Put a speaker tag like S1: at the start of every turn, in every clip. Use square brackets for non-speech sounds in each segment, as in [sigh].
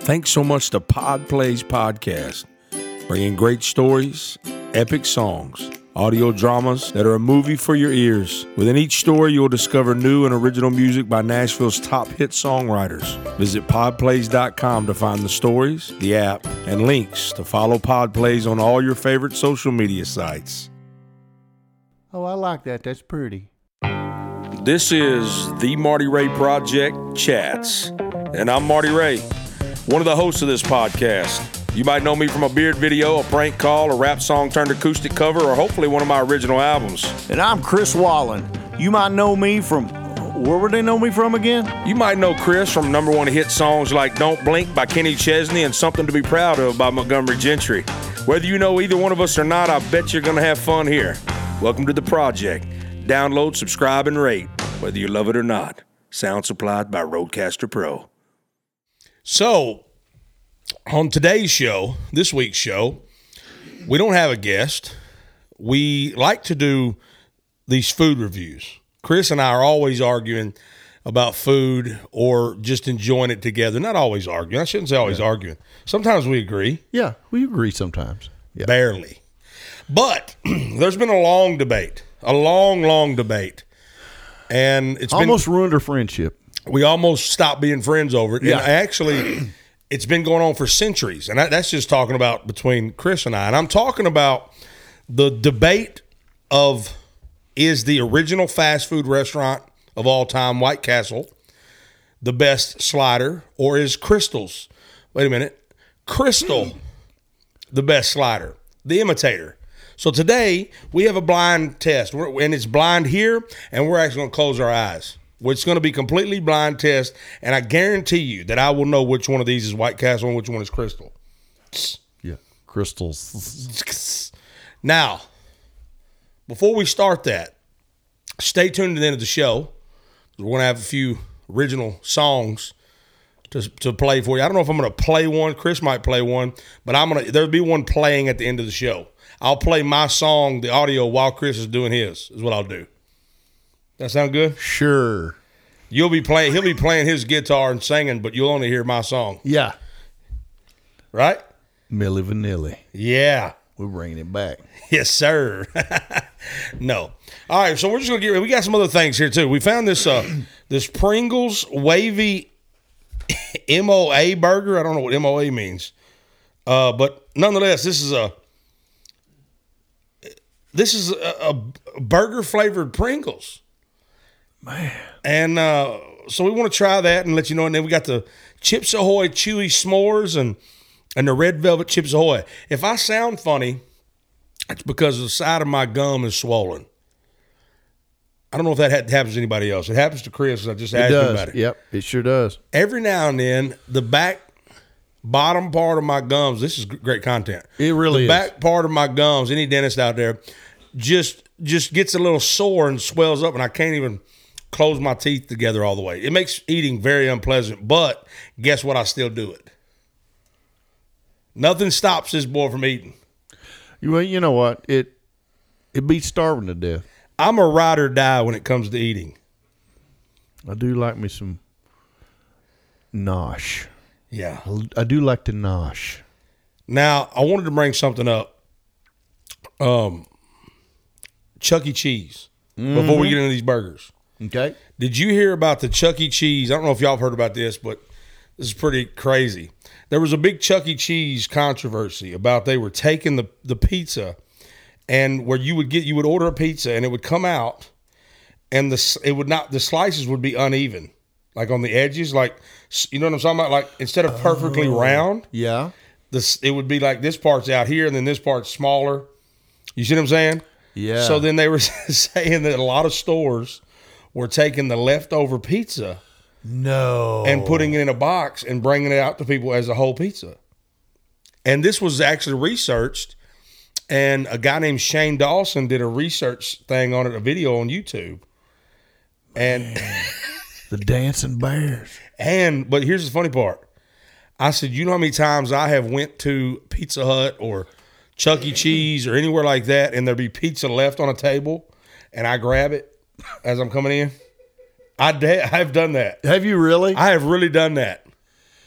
S1: Thanks so much to Pod Plays Podcast, bringing great stories, epic songs, audio dramas that are a movie for your ears. Within each story, you'll discover new and original music by Nashville's top hit songwriters. Visit podplays.com to find the stories, the app, and links to follow Podplays on all your favorite social media sites.
S2: Oh, I like that. That's pretty.
S1: This is the Marty Ray Project Chats, and I'm Marty Ray, one of the hosts of this podcast. You might know me from a beard video, a prank call, a rap song turned acoustic cover, or hopefully one of my original albums.
S3: And I'm Chris Wallen. You might know me from. Where would they know me from again?
S1: You might know Chris from number one hit songs like Don't Blink by Kenny Chesney and Something to Be Proud of by Montgomery Gentry. Whether you know either one of us or not, I bet you're going to have fun here. Welcome to the project. Download, subscribe, and rate, whether you love it or not. Sound supplied by Roadcaster Pro. So, on today's show, this week's show, we don't have a guest. We like to do these food reviews. Chris and I are always arguing about food or just enjoying it together. Not always arguing. I shouldn't say always arguing. Sometimes we agree,
S2: Yeah, we agree sometimes. Yeah.
S1: barely. But [clears throat] there's been a long debate, a long, long debate. And it's been
S2: Almost ruined our friendship.
S1: we almost stopped being friends over it.
S2: Yeah.
S1: And actually, [clears throat] it's been going on for centuries. And that, that's just talking about between Chris and I. And I'm talking about the debate of is the original fast food restaurant of all time, White Castle, the best slider, or is Crystal's, wait a minute, Crystal the best slider, the imitator? So today we have a blind test, we're, and it's blind here, and we're actually going to close our eyes. It's going to be completely blind test, and I guarantee you that I will know which one of these is White Castle and which one is Crystal.
S2: Yeah. Crystals.
S1: Now, before we start that, stay tuned to the end of the show. We're going to have a few original songs to, to play for you. I don't know if I'm going to play one. Chris might play one, but I'm going to there'll be one playing at the end of the show. I'll play my song, the audio, while Chris is doing his. Is what I'll do. That sound good?
S2: Sure.
S1: You'll be playing. He'll be playing his guitar and singing, but you'll only hear my song,
S2: Yeah.
S1: right?
S2: Milli Vanilli.
S1: Yeah.
S2: We're bringing it back.
S1: Yes, sir. [laughs] no. All right, so we're just gonna get. We got some other things here too. We found this uh this Pringles wavy MOA burger. I don't know what MOA means, uh, but nonetheless, this is a this is a, a burger flavored Pringles. Man. And uh, so we want to try that and let you know. And then we got the Chips Ahoy chewy s'mores and and the red velvet Chips Ahoy. If I sound funny. It's because the side of my gum is swollen. I don't know if that ha- happens to anybody else. It happens to Chris. I just
S2: It
S1: asked him about it.
S2: does. Yep. It sure does.
S1: Every now and then, the back bottom part of my gums. This is g- great content.
S2: It really
S1: the
S2: is.
S1: back part of my gums. Any dentist out there, just just gets a little sore and swells up, and I can't even close my teeth together all the way. It makes eating very unpleasant. But guess what? I still do it. Nothing stops this boy from eating.
S2: You- Well, you know what? It it beats starving to death.
S1: I'm a ride or die when it comes to eating.
S2: I do like me some nosh.
S1: Yeah.
S2: I do like to nosh.
S1: Now I wanted to bring something up. Um, Chuck E. Cheese. Before we get into these burgers,
S2: Okay.
S1: did you hear about the Chuck E. Cheese? I don't know if y'all have heard about this, but this is pretty crazy. There was a big Chuck E. Cheese controversy about they were taking the the pizza, and where you would get you would order a pizza and it would come out, and the s- it would not the slices would be uneven, like on the edges, like s- you know what I'm talking about, like instead of perfectly round
S2: Yeah.
S1: this it would be like this part's out here and then this part's smaller. You see what I'm saying?
S2: Yeah.
S1: So then they were [laughs] saying that a lot of stores were taking the leftover pizza
S2: No.
S1: and putting it in a box and bringing it out to people as a whole pizza. And this was actually researched, and a guy named Shane Dawson did a research thing on it, a video on YouTube. And
S2: the dancing bears.
S1: And but here's the funny part. I said, you know how many times I have went to Pizza Hut or Chuck E. Cheese or anywhere like that, and there'd be pizza left on a table, and I grab it as I'm coming in. I da- [laughs] I've done that.
S2: Have you really?
S1: I have really done that.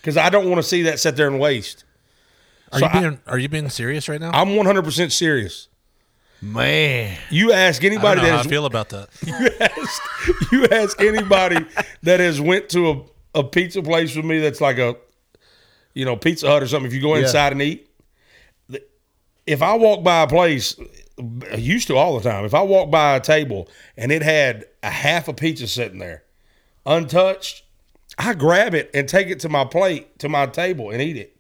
S1: because I don't want to see that sit there and waste.
S4: Are
S1: So
S4: you
S1: I-
S4: being Are you being serious right now?
S1: I'm 100 percent serious.
S2: Man.
S1: You ask
S4: I don't
S1: anybody
S4: know
S1: that
S4: how I
S1: has
S4: feel about that.
S1: you ask anybody that has went to a, a pizza place with me that's like a you know pizza hut or something if you go inside and eat th- if i walk by a place I used to all the time if i walk by a table and it had a half a pizza sitting there untouched i grab it and take it to my plate to my table and eat it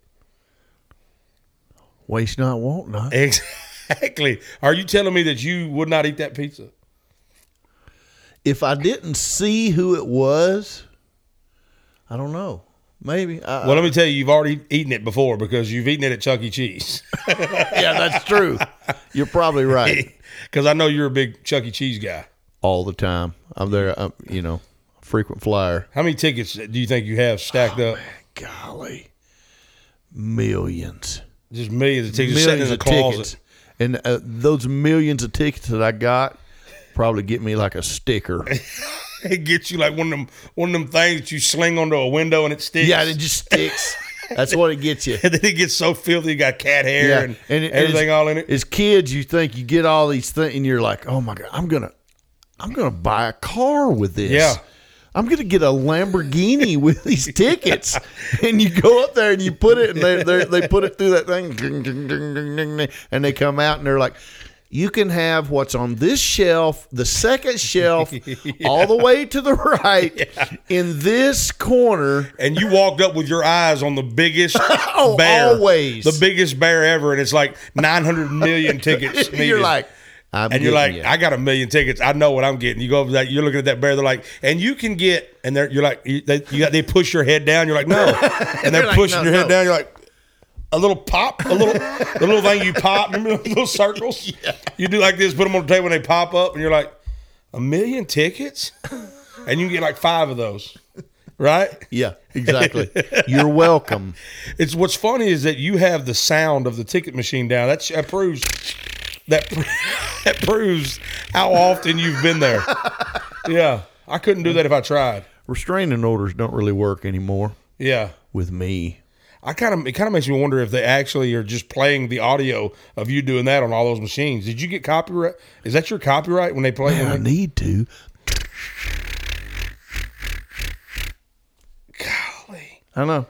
S2: Waste not, want not.
S1: exactly are you telling me that you would not eat that pizza
S2: If I didn't see who it was, I don't know. Maybe. I,
S1: well let me tell you you've already eaten it before because you've eaten it at chuck e cheese
S2: [laughs] yeah, that's true. You're probably right.
S1: Because I know you're a big Chuck E. Cheese guy.
S2: All the time. I'm there, I'm, you know, frequent flyer.
S1: How many tickets do you think you have stacked
S2: Oh,
S1: up?
S2: Golly. Millions.
S1: Just millions of tickets just sitting in
S2: millions
S1: the
S2: of
S1: closet. [laughs]
S2: tickets. And uh, those millions of tickets that I got probably get me like a sticker.
S1: It gets you like one of them one of them things that you sling onto a window and it sticks.
S2: [laughs] yeah, it just sticks. That's what it gets you.
S1: [laughs] and then it gets so filthy, you got cat hair
S2: Yeah,
S1: and,
S2: it-
S1: everything
S2: as-
S1: all in it.
S2: As kids, you think you get all these things, and you're like, "Oh my god, I'm gonna, I'm gonna buy a car with this.
S1: Yeah.
S2: I'm gonna get a Lamborghini [laughs] with these tickets." and you go up there and you put it, and they they're- they put it through that thing, ding, ding, ding, ding, ding, ding, and they come out and they're like. You can have what's on this shelf, the second
S1: [laughs]
S2: shelf, all the way to the right, in this corner.
S1: And you walked up with your eyes on the biggest
S2: [laughs] Oh,
S1: bear.
S2: always.
S1: The biggest bear ever. And it's like 900
S2: [laughs]
S1: million tickets.
S2: You're
S1: needed.
S2: like, I'm
S1: and you're like,
S2: getting you.
S1: I got a million tickets. I know what I'm getting. You go over that. You're looking at that bear. They're like, and you can get. And they're you're like, you, they, you got, they push your head down. You're like,
S2: [laughs]
S1: no. And they're,
S2: They're like,
S1: pushing
S2: no,
S1: your head
S2: no.
S1: down. You're like, a little pop, a little, the little thing you pop. Remember those little
S2: [laughs]
S1: circles? You do like this. Put them on the table, and they pop up, and you're like, a million tickets, and you can get like five of those, right?
S2: Yeah, exactly. You're welcome.
S1: It's what's funny is that you have the sound of the ticket machine down. That's, that proves that [laughs] that proves how often you've been there. Yeah, I couldn't do that if I tried.
S2: Restraining orders don't really work anymore
S1: Yeah,
S2: with me.
S1: I kind of it kind of makes me wonder if they actually are just playing the audio of you doing that on all those machines. Did you get copyright? Is that your copyright when they play?
S2: And I
S1: When they,
S2: need to.
S1: golly,
S2: I know.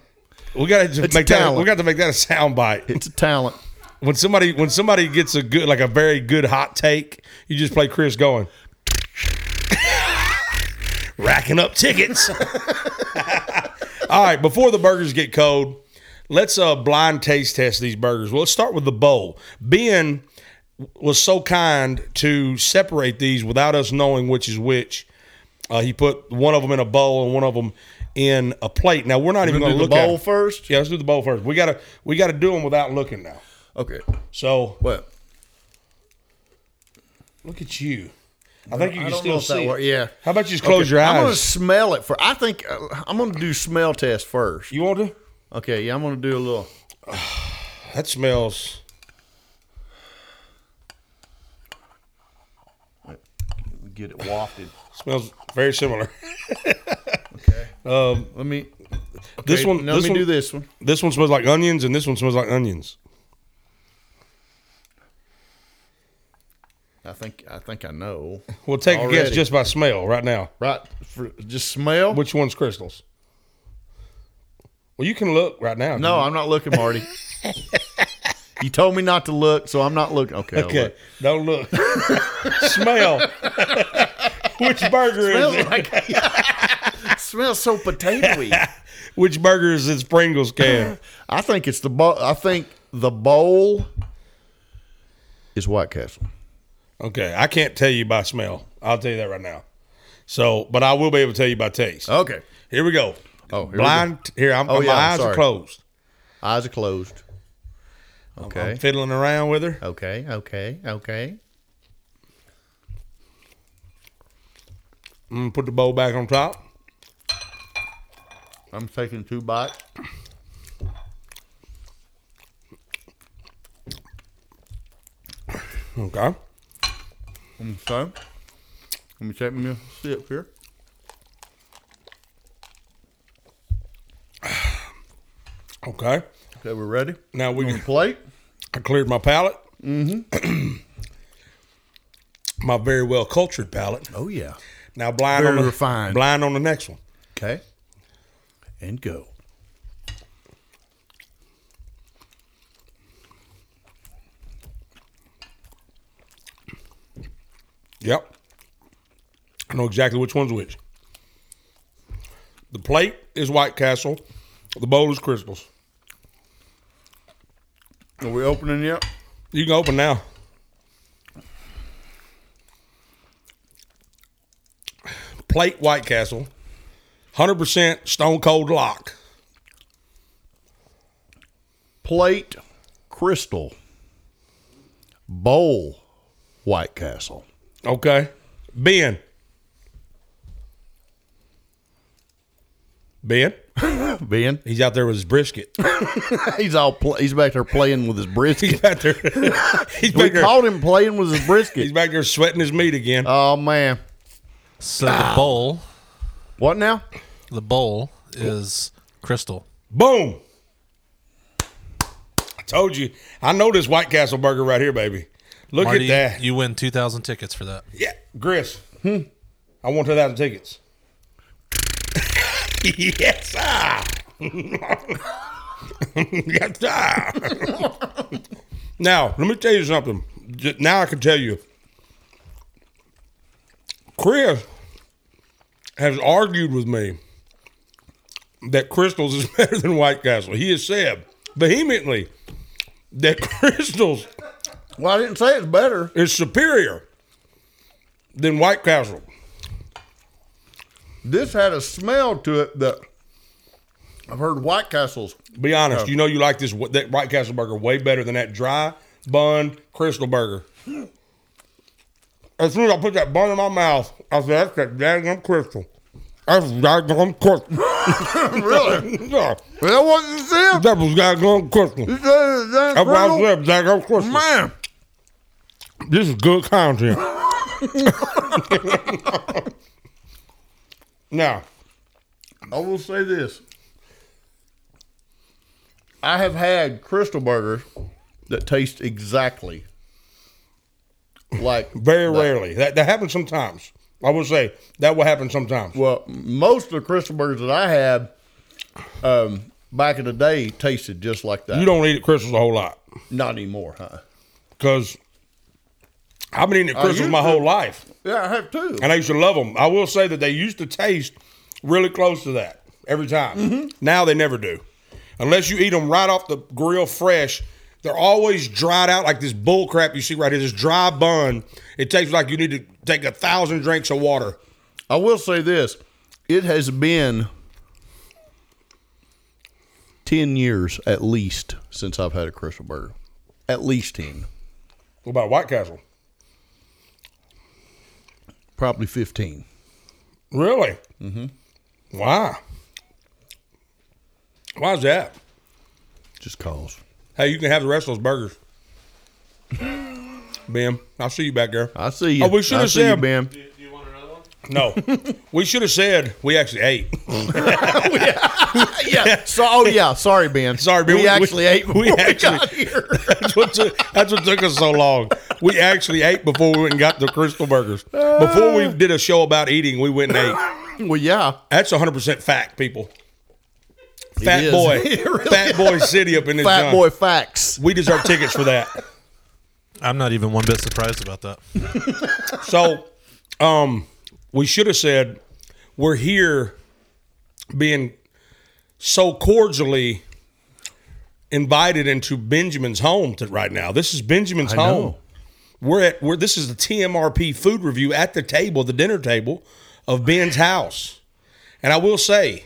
S1: we got to
S2: It's
S1: make
S2: a
S1: that.
S2: talent.
S1: We got to make that a sound bite.
S2: It's a talent.
S1: when somebody when somebody gets a good like a very good hot take, you just play Chris going [laughs] racking up tickets. [laughs] All right, before the burgers get cold, let's uh blind taste test these burgers. Well, let's start with the bowl. Ben was so kind to separate these without us knowing which is which. Uh, he put one of them in a bowl and one of them in a plate. Now we're not even going to look at 'em.
S2: first?
S1: Yeah, let's do the bowl first. We gotta we gotta do them without looking now.
S2: Okay.
S1: So
S2: Well,
S1: Look at you. I think you
S2: I
S1: can
S2: don't
S1: still
S2: know if that
S1: see. it.
S2: works. Yeah.
S1: How about you just close your
S2: I'm going to
S1: eyes?
S2: smell it for. I think uh, I'm going to do smell test first.
S1: You want to?
S2: Okay. Yeah, I'm going to do a little.
S1: That smells.
S2: Get it wafted.
S1: Smells very similar. [laughs]
S2: Let me.
S1: this
S2: okay,
S1: one.
S2: now
S1: this
S2: let me
S1: one,
S2: do this one.
S1: This one smells like onions, and this one smells like onions.
S2: I think I think I know.
S1: Well, take a guess
S2: Already.
S1: just by smell right now.
S2: Right. For, just smell.
S1: Which one's crystals? Well, you can look right now.
S2: no, I'm not
S1: [laughs]
S2: looking, Marty. you told me not to look, so I'm not looking. Okay. I'll
S1: Okay.
S2: look.
S1: Don't look. [laughs] smell. [laughs] Which burger is
S2: [laughs] Smells
S1: it?
S2: like [laughs] smells so potatoy.
S1: Which burger is this Pringles can?
S2: [laughs] I think it's the bowl. I think the bowl is White Castle.
S1: okay, I can't tell you by smell. I'll tell you that right now. So, but I will be able to tell you by taste.
S2: Okay,
S1: Here we go.
S2: Oh, here we
S1: blind. Here, I'm,
S2: Oh,
S1: my
S2: yeah, I'm
S1: eyes are
S2: sorry.
S1: closed.
S2: eyes are closed. Okay, Uh,
S1: I'm fiddling around with her.
S2: okay, okay, okay.
S1: I'm gonna Mm, put the bowl back on top.
S2: I'm taking two bites.
S1: Okay.
S2: Okay, let me take me a sip here.
S1: Okay.
S2: Okay, we're ready.
S1: Now we can.
S2: Plate.
S1: I cleared my palate. Mm-hmm. my very well cultured palate.
S2: Oh yeah.
S1: Now blind
S2: Very
S1: on the
S2: refined.
S1: blind on the next one.
S2: Okay. And go.
S1: Yep. I know exactly which one's which. The plate is White Castle. The bowl is Crystals.
S2: Are we opening yet?
S1: You can open now. Plate White Castle. 100% Stone Cold Lock.
S2: Plate, crystal, bowl, White Castle.
S1: Okay. Ben. Ben.
S2: Ben,
S1: He's out there with his brisket. [laughs]
S2: he's all pl- he's back there playing with his
S1: He's
S2: [laughs] brisket.
S1: back there. [laughs] he's
S2: we
S1: back there.
S2: caught him playing with his
S1: He's
S2: brisket.
S1: back there sweating his meat again.
S2: Oh man,
S4: So the bowl,
S2: what now?
S4: the bowl is crystal.
S1: Boom. I told you. I know this White Castle burger right here, baby. Look
S4: Marty,
S1: at that.
S4: you win two thousand tickets for that.
S1: yeah, Gris. Hmm. I want 2,000 tickets. yes, ah. [laughs] yes, ah. now, let me tell you something. J- Now I can tell you. Chris has argued with me that Crystals is [laughs] better than White Castle. He has said vehemently that [laughs] Crystals
S2: Well, I didn't say it's better.
S1: is superior than White Castle.
S2: This had a smell to it that I've heard White Castles. [laughs]
S1: Be honest, you know you like this that White Castle burger way better than that dry bun Crystal burger. As soon as I put that bun in my mouth, I said, "That's that daggum Crystal. That's daggum Crystal. [laughs]
S2: really?
S1: yeah,
S2: That wasn't Sam.
S1: that was daggum Crystal.
S2: This is- this is
S1: That's why I
S2: Crystal.
S1: said daggum Crystal.
S2: Man,
S1: This is good content." now,
S2: I will say this. I have had Crystal Burgers that taste exactly like
S1: very rarely that that happens sometimes. I would say that will happen sometimes.
S2: well, most of the Crystal Burgers that I had um, back in the day tasted just like that.
S1: You don't eat at Crystals a whole lot.
S2: Not anymore, huh?
S1: because I've been eating at Crystals
S2: used
S1: my
S2: to.
S1: whole life,
S2: Yeah, I have too.
S1: and I used to love them. I will say that they used to taste really close to that every time. Now they never do, unless you eat them right off the grill fresh. They're always dried out like this bull crap you see right here. This dry bun. It tastes like you need to take a thousand drinks of water.
S2: I will say this. It has been 10 years at least since I've had a Crystal Burger. At least 10.
S1: What about White Castle?
S2: Probably 15.
S1: Really? Mm-hmm. Why? Why's that?
S2: Just cause.
S1: Hey, you can have the rest of those burgers. Bam, I'll see you back there.
S2: I see you.
S1: Oh, we should
S2: I
S1: have
S2: see you,
S1: said-
S2: Ben. [laughs]
S1: No, we should have said we actually ate. [laughs]
S2: yeah. So, oh, yeah. Sorry, Ben.
S1: Sorry, Ben.
S2: We,
S1: We-
S2: actually
S1: we- [laughs]
S2: ate
S1: we
S2: before we
S1: actually-
S2: got here. [laughs]
S1: That's what, took, that's what took us so long. We actually ate before we went and got the crystal burgers. Before we did a show about eating, we went and ate.
S2: well, yeah.
S1: That's 100% fact, people. Fat
S2: is.
S1: boy,
S2: [laughs] It really
S1: fat boy city up in this. joint.
S2: Fat boy facts.
S1: We deserve tickets for that.
S4: I'm not even one bit surprised about that.
S1: So, um, we should have said we're here being so cordially invited into Benjamin's home to, right now. This is Benjamin's home.
S2: know.
S1: We're at we're this is the TMRP food review at the table, the dinner table of Ben's house. And I will say,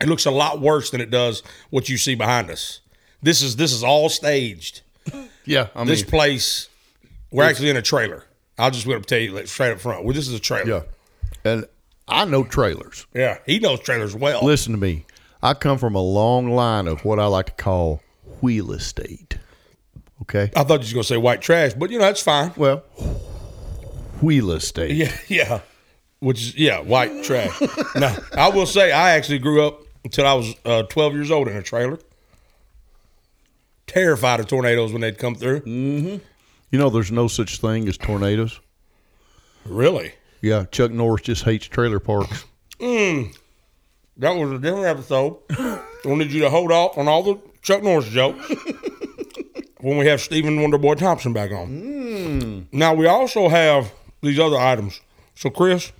S1: it looks a lot worse than it does what you see behind us. This is this is all staged
S2: Yeah. I mean,
S1: this place, we're actually in a trailer. I'll just going to tell you like, straight up front. Well, this is a
S2: yeah.
S1: trailer.
S2: And I know trailers.
S1: Yeah. He knows trailers well.
S2: Listen to me. I come from a long line of what I like to call wheel estate. Okay.
S1: I thought you was going to say white trash, but you know, that's fine. [laughs]
S2: Well, wheel estate.
S1: Yeah. Yeah. Which is, yeah, white trash. no, I will say I actually grew up until I was uh, 12 years old in a trailer. Terrified of tornadoes when they'd come through.
S2: You know, there's no such thing as tornadoes.
S1: Really?
S2: Yeah, Chuck Norris just hates trailer parks.
S1: That was a different episode. I wanted you to hold off on all the Chuck Norris [laughs] jokes when we have Stephen Wonderboy Thompson back on. Now we also have these other items. So Chris,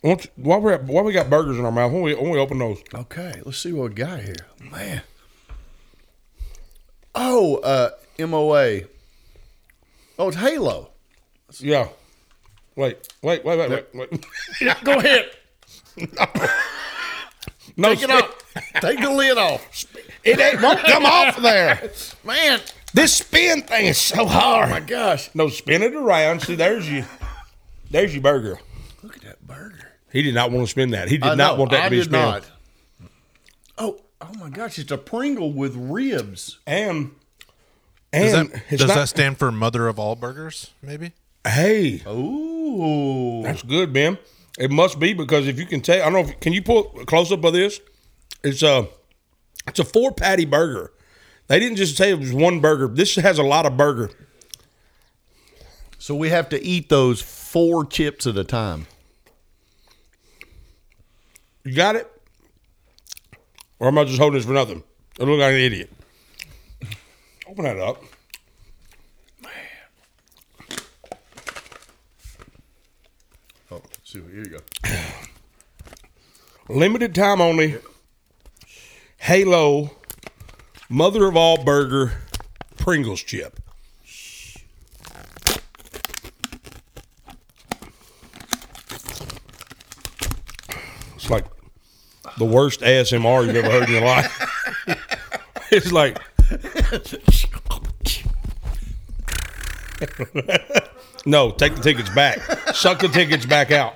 S1: why don't you- while we're at, while we got burgers in our mouth, when we when we open those,
S2: Okay, let's see what we got here. Man. Oh, uh, MOA. Oh, it's Halo.
S1: yeah. Wait, wait, wait, wait, wait, [laughs] wait.
S2: Go ahead.
S1: [laughs] No,
S2: Take it off. Take the lid off.
S1: It ain't, won't come off there.
S2: Man.
S1: This spin thing is so hard.
S2: My gosh.
S1: No, spin it around. See, there's you. There's your burger.
S2: Look at that burger.
S1: He did not want to spin that. He did
S2: I
S1: not
S2: know,
S1: want that
S2: I
S1: to be
S2: did
S1: spin.
S2: not. Oh, oh my gosh, it's a Pringle with ribs.
S1: And
S4: Does,
S1: and
S4: that,
S1: it's
S4: does
S1: not-
S4: that stand for mother of all burgers? Maybe.
S1: hey,
S2: Ooh.
S1: that's good, man. It must be because if you can tell, I don't know. If, can you pull a close up of this? It's a it's a four patty burger. They didn't just say it was one burger. This has a lot of burger.
S2: So we have to eat those four chips at a time.
S1: You got it? Or am I just holding this for nothing? I look like an idiot. Open that up.
S2: Oh, see, here you go.
S1: Limited time only. Halo, mother of all burger, Pringles chip. It's like the worst ASMR you've ever heard in your life. [laughs] it's like no, take the tickets back. Suck the tickets back out.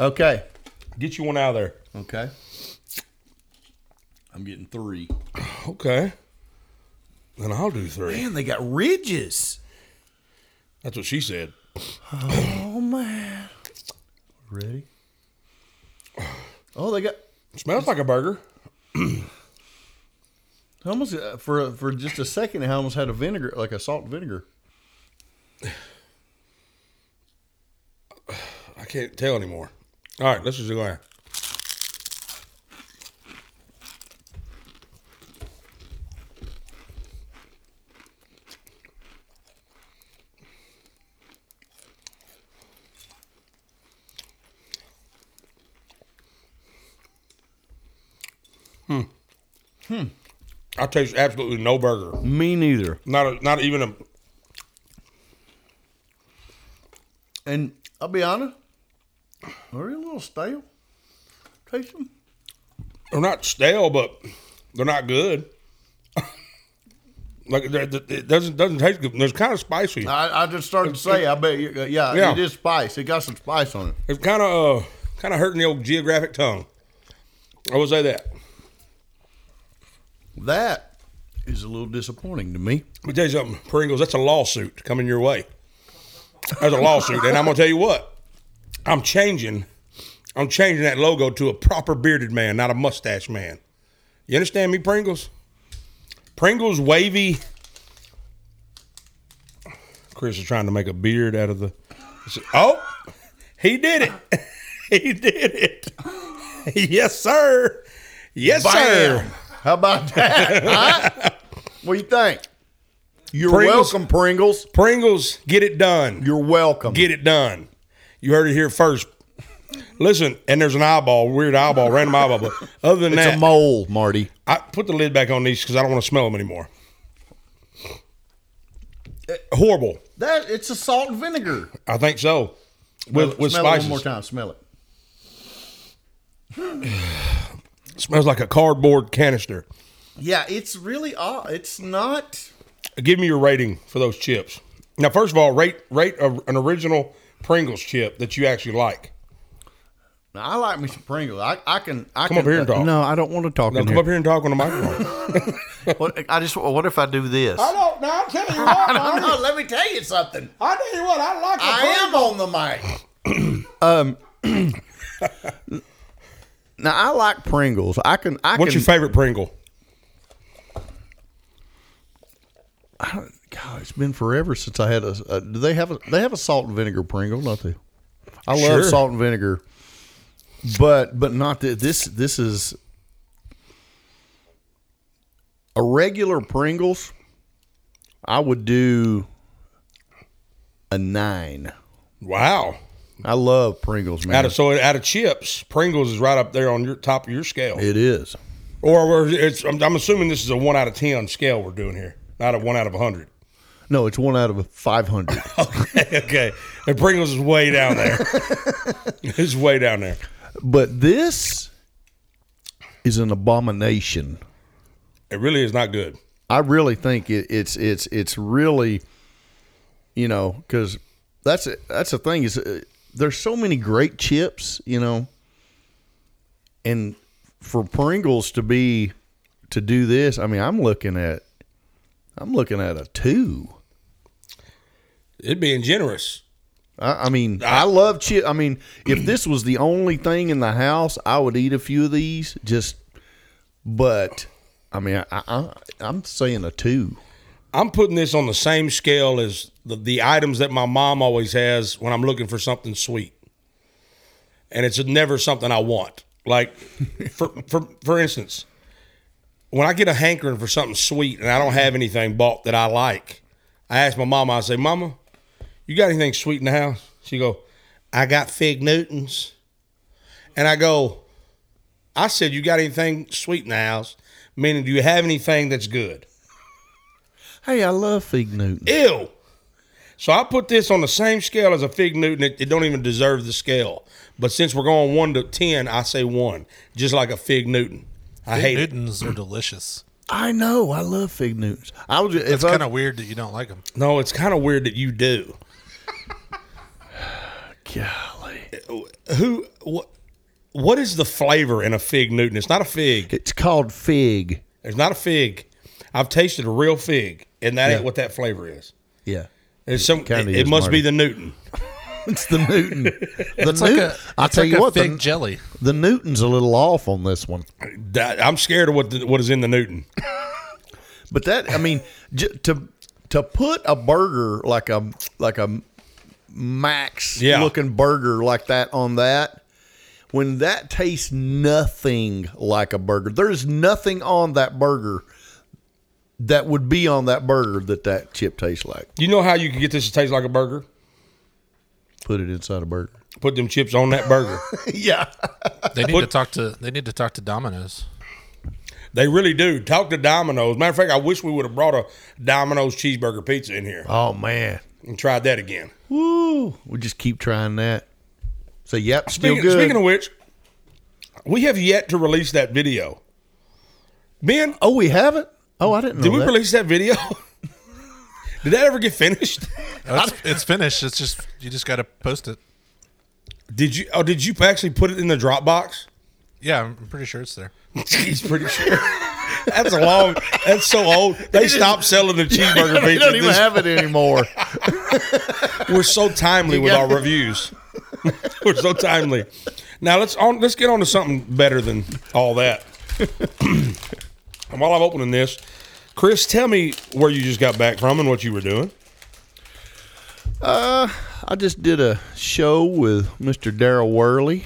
S2: Okay.
S1: Get you one out of there.
S2: Okay. I'm getting three.
S1: Okay. Then I'll do three.
S2: Man, they got ridges.
S1: That's what she said.
S2: Oh man. Ready? Oh, they got
S1: Smells like a burger.
S2: I almost uh, for for just a second. I almost had a vinegar, like a salt and vinegar.
S1: I can't tell anymore. All right, let's just go ahead. Hmm. Hmm. I taste absolutely no burger.
S2: Me neither.
S1: Not a, not even a
S2: And I'll be honest, are they a little stale? Taste them.
S1: they're not stale, but they're not good. like they're- they're- it doesn't doesn't taste good. It's kind of spicy.
S2: I, I just started to say. I bet. You, uh, yeah,
S1: Yeah.
S2: it is spice. It got some spice on it.
S1: It's kind of uh, kind of hurting the old geographic tongue. I would say that.
S2: That is a little disappointing to me.
S1: Let me tell you something, Pringles. That's a lawsuit coming your way. That's a lawsuit, and I'm gonna tell you what. I'm changing. I'm changing that logo to a proper bearded man, not a mustache man. You understand me, Pringles? Pringles wavy. Chris is trying to make a beard out of the. Oh, he did it. [laughs] He did it. [laughs] Yes, sir. Yes, sir.
S2: How about that? huh? What do you think? You're
S1: Pringles-
S2: welcome, Pringles.
S1: Pringles, get it done.
S2: You're welcome.
S1: get it done. You heard it here first. Listen, and there's an eyeball, weird eyeball, random eyeball. But other than
S2: it's
S1: that,
S2: a mole, Marty.
S1: I put the lid back on these because I don't want to smell them anymore. Eh, Horrible.
S2: That it's a salt and vinegar. Oh,
S1: I think so. With
S2: smell
S1: with
S2: it
S1: spices,
S2: one more time. Smell it.
S1: smells like a cardboard canister.
S2: Yeah, it's really odd. It's not.
S1: Give me your rating for those chips. Now, first of all, rate rate a, an original Pringles chip that you actually like.
S2: Now, I like me some Pringles. I, I can. I
S1: Come
S2: can,
S1: up here and talk.
S3: No, I don't want to talk
S1: Now,
S3: in
S1: come
S3: here.
S5: [laughs]
S1: up here and talk on the microphone.
S2: What, I just what if I do this?
S5: I don't know. I'm telling you what,
S2: I
S5: Marty.
S2: don't know. Let me tell you something.
S5: I tell you what, I like a
S2: I am on the mic. um, [clears throat] now I like Pringles. I can. I
S1: What's
S2: can.
S1: your favorite Pringle?
S2: God, it's been forever since I had a. a do they have a? They have a salt and vinegar Pringle, don't they? I love
S1: Sure.
S2: salt and vinegar, but but not that this this is a regular Pringles. I would do a nine.
S1: Wow.
S2: I love Pringles, man.
S1: Out of so out of chips, Pringles is right up there on your top of your scale.
S2: it is.
S1: or we're, it's, I'm, I'm assuming this is a one out of ten scale we're doing here, not a one out of hundred. [laughs]
S2: No, it's one out of five hundred. [laughs]
S1: okay, and Pringles is way down there. [laughs] it's way down there.
S2: But this is an abomination.
S1: It really is not good.
S2: I really think it, it's it's it's really, you know, because that's that's the thing is uh, there's so many great chips, you know, and for Pringles to be to do this, I mean, I'm looking at I'm looking at a two.
S1: It being generous.
S2: I, I mean, I love chip. I mean, if this was the only thing in the house, I would eat a few of these. Just, but I mean, I, I I'm saying a two.
S1: I'm putting this on the same scale as the, the items that my mom always has when I'm looking for something sweet. And it's never something I want. Like, for, for, for instance, when I get a hankering for something sweet and I don't have anything bought that I like, I ask my mama, I say, Mama, you got anything sweet in the house? She go, I got fig Newtons. And I go, I said, you got anything sweet in the house? Meaning, do you have anything that's good?
S2: Hey, I love fig Newton.
S1: Ew. So I put this on the same scale as a fig Newton. It, it don't even deserve the scale. But since we're going one to ten, I say one, just like a fig Newton. I hate
S4: Newtons are delicious.
S2: I know. I love fig Newtons. I was just, if
S4: It's
S2: I,
S4: kind of weird that you don't like them.
S1: it. No, it's kind of weird that you do.
S2: golly,
S1: Who? What? What is the flavor in a fig Newton? It's not a fig.
S2: it's called fig.
S1: It's not a fig. I've tasted a real fig, and that ain't what that flavor is.
S2: Yeah,
S1: It's some. It,
S2: kinda
S1: it
S2: is,
S1: must
S2: Marty.
S1: be the Newton.
S2: [laughs] it's the [laughs] Newton. The Newton.
S4: It's like a,
S2: I
S4: it's
S2: tell
S4: like
S2: you
S4: a
S2: what,
S4: fig
S2: the,
S4: jelly.
S2: the Newton's a little off on this one.
S1: That, I'm scared of what the, what is in the Newton.
S2: But that I mean j- to to put a burger like a like a max
S1: Yeah.
S2: looking burger like that on that when that tastes nothing like a burger. There is nothing on that burger that would be on that burger that that chip tastes like.
S1: You know how you can get this to taste like a burger?
S2: Put it inside
S1: [laughs]
S2: a burger.
S1: Put them chips on that burger.
S2: yeah.
S4: They need to talk to they need to talk to Domino's.
S1: They really do. Talk to Domino's. Matter of fact, I wish we would have brought a Domino's cheeseburger pizza in here
S2: Oh man.
S1: and tried that again.
S2: Woo. We just keep trying that. So yep, still
S1: Speaking,
S2: good.
S1: speaking of which, we have yet to release that video. Ben,
S2: oh, we haven't. Oh, I didn't know
S1: did we
S2: that.
S1: release that video? [laughs] did that ever get finished?
S4: It's, it's finished. It's just you just got to post it.
S1: Did you? Oh, did you actually put it in the Dropbox? [laughs]
S4: Yeah, I'm pretty sure it's there.
S1: He's pretty sure. [laughs] That's a long. That's so old. They stopped selling
S2: [laughs]
S1: the cheeseburger
S2: They
S1: pizza.
S2: don't
S1: at
S2: even
S1: this-
S2: have it
S1: [laughs]
S2: anymore.
S1: We're so timely with our reviews. [laughs] We're so timely. Now let's on let's get on to something better than all that. [clears throat] and while I'm opening this, Chris, tell me where you just got back from and what you were doing.
S2: I just did a show with Mr. Daryl Worley